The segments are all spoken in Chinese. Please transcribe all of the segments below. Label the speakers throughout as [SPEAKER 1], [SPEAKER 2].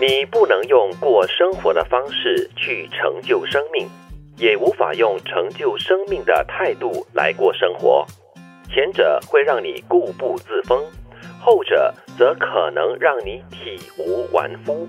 [SPEAKER 1] 你不能用过生活的方式去成就生命，也无法用成就生命的态度来过生活。前者会让你固步自封，后者则可能让你体无完肤。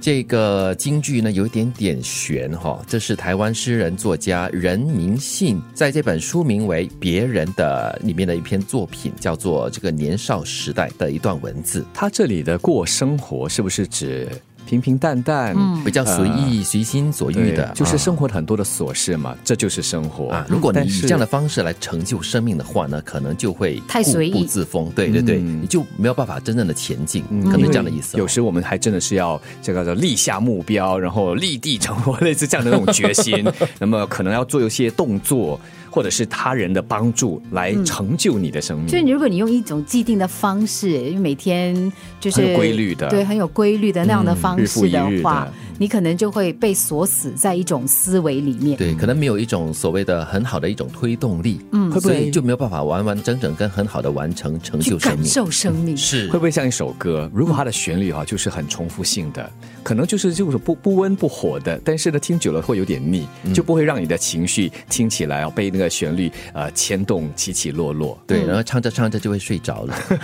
[SPEAKER 2] 这个京剧呢有一点点悬哈、这是台湾诗人作家任明信在这本书名为《别人的》里面的一篇作品，叫做《这个年少时代》的一段文字，
[SPEAKER 3] 他这里的过生活是不是指平平淡淡？
[SPEAKER 4] 嗯
[SPEAKER 2] 比较随意、随心所欲的，
[SPEAKER 3] 就是
[SPEAKER 2] 啊
[SPEAKER 3] 生活很多的琐事嘛，这就是生活
[SPEAKER 2] 啊，如果你
[SPEAKER 3] 但
[SPEAKER 2] 以
[SPEAKER 3] 是
[SPEAKER 2] 这样的方式来成就生命的话呢，可能就会
[SPEAKER 4] 太
[SPEAKER 2] 固
[SPEAKER 4] 随意
[SPEAKER 2] 步自封，对对对，
[SPEAKER 3] 嗯
[SPEAKER 2] 你就没有办法真正的前进，可
[SPEAKER 3] 因
[SPEAKER 2] 能
[SPEAKER 3] 为
[SPEAKER 2] 这样的意思哦。
[SPEAKER 3] 有时我们还真的是要这个叫立下目标，然后立地成佛，类似这样的那种 决心。那么可能要做一些动作，或者是他人的帮助来成就你的生
[SPEAKER 4] 嗯就是
[SPEAKER 3] 命。
[SPEAKER 4] 你如果你用一种既定的方式，因为每天就是
[SPEAKER 3] 很有规律的
[SPEAKER 4] 对，很有规律的那样的方
[SPEAKER 3] 日复
[SPEAKER 4] 式
[SPEAKER 3] 一日的
[SPEAKER 4] 话，你可能就会被锁死在一种思维里面。
[SPEAKER 3] 嗯
[SPEAKER 2] 对，可能没有一种所谓的很好的一种推动力，嗯，
[SPEAKER 3] 会不
[SPEAKER 2] 所
[SPEAKER 3] 会
[SPEAKER 2] 以就没有办法完完整整跟很好的完成成
[SPEAKER 4] 去
[SPEAKER 2] 就生
[SPEAKER 4] 感
[SPEAKER 2] 命。
[SPEAKER 4] 受生命，
[SPEAKER 2] 是
[SPEAKER 3] 会不会像一首歌？如果它的旋律哈、就是很重复性的，可能就是就是不不温不火的，但是呢听久了会有点腻，
[SPEAKER 2] 嗯
[SPEAKER 3] 就不会让你的情绪听起来、哦、被那个旋律呃牵动起起落落。
[SPEAKER 2] 对，然后唱着唱着就会睡着了，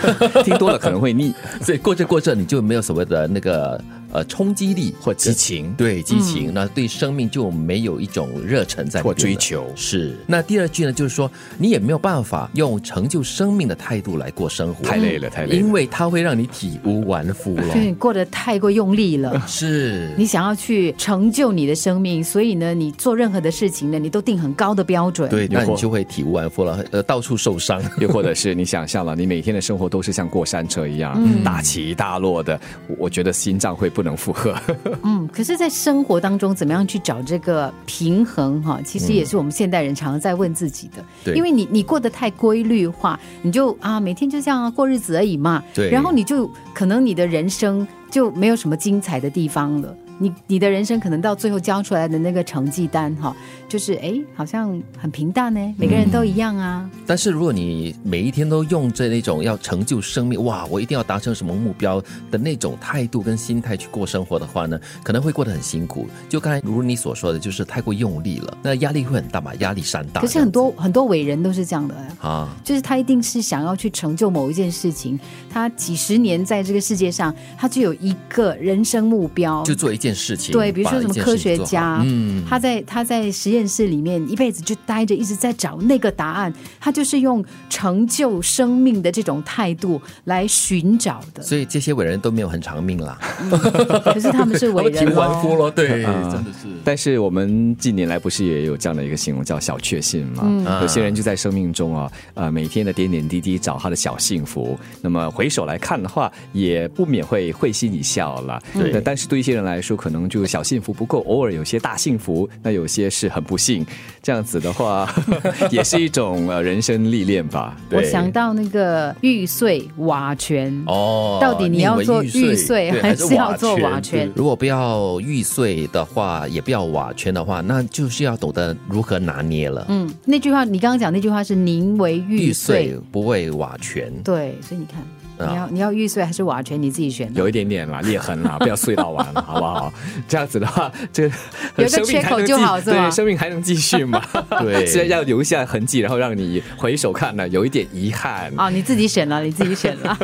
[SPEAKER 3] 听多了可能会腻
[SPEAKER 2] 所以过着过着你就没有所谓的那个呃冲击力
[SPEAKER 3] 或激
[SPEAKER 2] 跟
[SPEAKER 3] 情。
[SPEAKER 2] 对激情，那对生命就没有一种热忱在里
[SPEAKER 3] 嗯或
[SPEAKER 2] 边了
[SPEAKER 3] 嗯追求
[SPEAKER 2] 是，那第二句呢，就是说你也没有办法用成就生命的态度来过生活，
[SPEAKER 3] 太累了太累了
[SPEAKER 2] 因为它会让你体无完肤
[SPEAKER 3] 啊
[SPEAKER 4] 就是
[SPEAKER 2] 了。。
[SPEAKER 4] 你过得太过用力了
[SPEAKER 2] 是，
[SPEAKER 4] 你想要去成就你的生命，所以呢，你做任何的事情呢，你都定很高的标准。
[SPEAKER 2] 对，那
[SPEAKER 3] 有
[SPEAKER 2] 你
[SPEAKER 3] 过
[SPEAKER 2] 就会体无完肤了，呃，到处受伤。
[SPEAKER 3] 又或者是你想象了，你每天的生活都是像过山车一样、
[SPEAKER 2] 嗯
[SPEAKER 3] 大起大落的，我我觉得心脏会不能负荷。
[SPEAKER 4] 嗯，可是，在生活当中，怎么样去找这个平衡？哈，其实也是我们现代人常常在问自己的。
[SPEAKER 2] 对
[SPEAKER 4] 因为你你过得太规律化，你就啊每天就这样啊过日子而已嘛。
[SPEAKER 2] 对
[SPEAKER 4] 然后你就可能你的人生就没有什么精彩的地方了。你你的人生可能到最后交出来的那个成绩单哈，就是哎，好像很平淡呢，每个
[SPEAKER 2] 嗯
[SPEAKER 4] 人都一样啊。
[SPEAKER 2] 但是如果你每一天都用着那种要成就生命，哇，我一定要达成什么目标的那种态度跟心态去过生活的话呢，可能会过得很辛苦。就刚才如你所说的，就是太过用力了，那压力会很大嘛，压力山大。
[SPEAKER 4] 可是很多很多伟人都是这样的、
[SPEAKER 2] 啊，
[SPEAKER 4] 就是他一定是想要去成就某一件事情，他几十年在这个世界上，他就有一个人生目标。
[SPEAKER 2] 就做一件事情，
[SPEAKER 4] 对，比如说
[SPEAKER 2] 把
[SPEAKER 4] 什
[SPEAKER 2] 一
[SPEAKER 4] 么
[SPEAKER 2] 件
[SPEAKER 4] 科
[SPEAKER 2] 事情
[SPEAKER 4] 学
[SPEAKER 2] 做好
[SPEAKER 4] 家，
[SPEAKER 2] 嗯，
[SPEAKER 4] 他在他在实验室里面一辈子就待着，一直在找那个答案。他就是用成就生命的这种态度来寻找的。
[SPEAKER 2] 所以这些伟人都没有很长命
[SPEAKER 4] 啊
[SPEAKER 2] 啦，
[SPEAKER 4] 可是他们是 伟
[SPEAKER 2] 体
[SPEAKER 4] 人
[SPEAKER 2] 无完肤
[SPEAKER 4] 喽。
[SPEAKER 2] 了，对，
[SPEAKER 3] 啊
[SPEAKER 2] 哎真的是。
[SPEAKER 3] 但是我们近年来不是也有这样的一个形容叫小确幸嘛？有些人就在生命中啊，呃，每天的点点滴滴找他的小幸福。那么回首来看的话，也不免会会心一笑了。
[SPEAKER 2] 对
[SPEAKER 3] 那但是对一些人来说，可能就小幸福不够，偶尔有些大幸福，那有些是很不幸。这样子的话， 也是一种呃人生历练吧。
[SPEAKER 4] 我
[SPEAKER 2] 对
[SPEAKER 4] 想到那个玉碎瓦全，
[SPEAKER 2] 哦，
[SPEAKER 4] 到底你要做玉碎
[SPEAKER 2] 对
[SPEAKER 4] 还是要做
[SPEAKER 2] 瓦
[SPEAKER 4] 瓦全
[SPEAKER 2] 如果不要玉碎的话，也不要瓦全的话，那就是要懂得如何拿捏了。
[SPEAKER 4] 嗯，那句话你刚刚讲那句话是“宁为
[SPEAKER 2] 玉
[SPEAKER 4] 玉
[SPEAKER 2] 碎
[SPEAKER 4] 碎
[SPEAKER 2] 不为瓦全”，。
[SPEAKER 4] 对，所以你看，
[SPEAKER 2] 啊
[SPEAKER 4] 你要你要玉碎还是瓦全，你自己选的。
[SPEAKER 3] 有一点点啦，裂痕啦，不要碎到完了，好不 好？这样子的话，这个
[SPEAKER 4] 有个
[SPEAKER 3] 生命还能
[SPEAKER 4] 缺口就
[SPEAKER 3] 继
[SPEAKER 4] 好是吧
[SPEAKER 3] 对，生命还能继续 嘛？
[SPEAKER 2] 对
[SPEAKER 3] 虽然要留下痕迹，然后让你回首看呢，有一点遗憾。
[SPEAKER 4] 啊、你自己选了，你自己选了。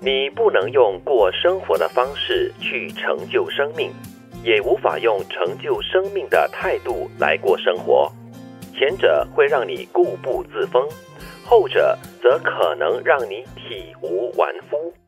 [SPEAKER 1] 你不能用过生活的方式去成就生命，也无法用成就生命的态度来过生活。前者会让你固步自封，后者则可能让你体无完肤。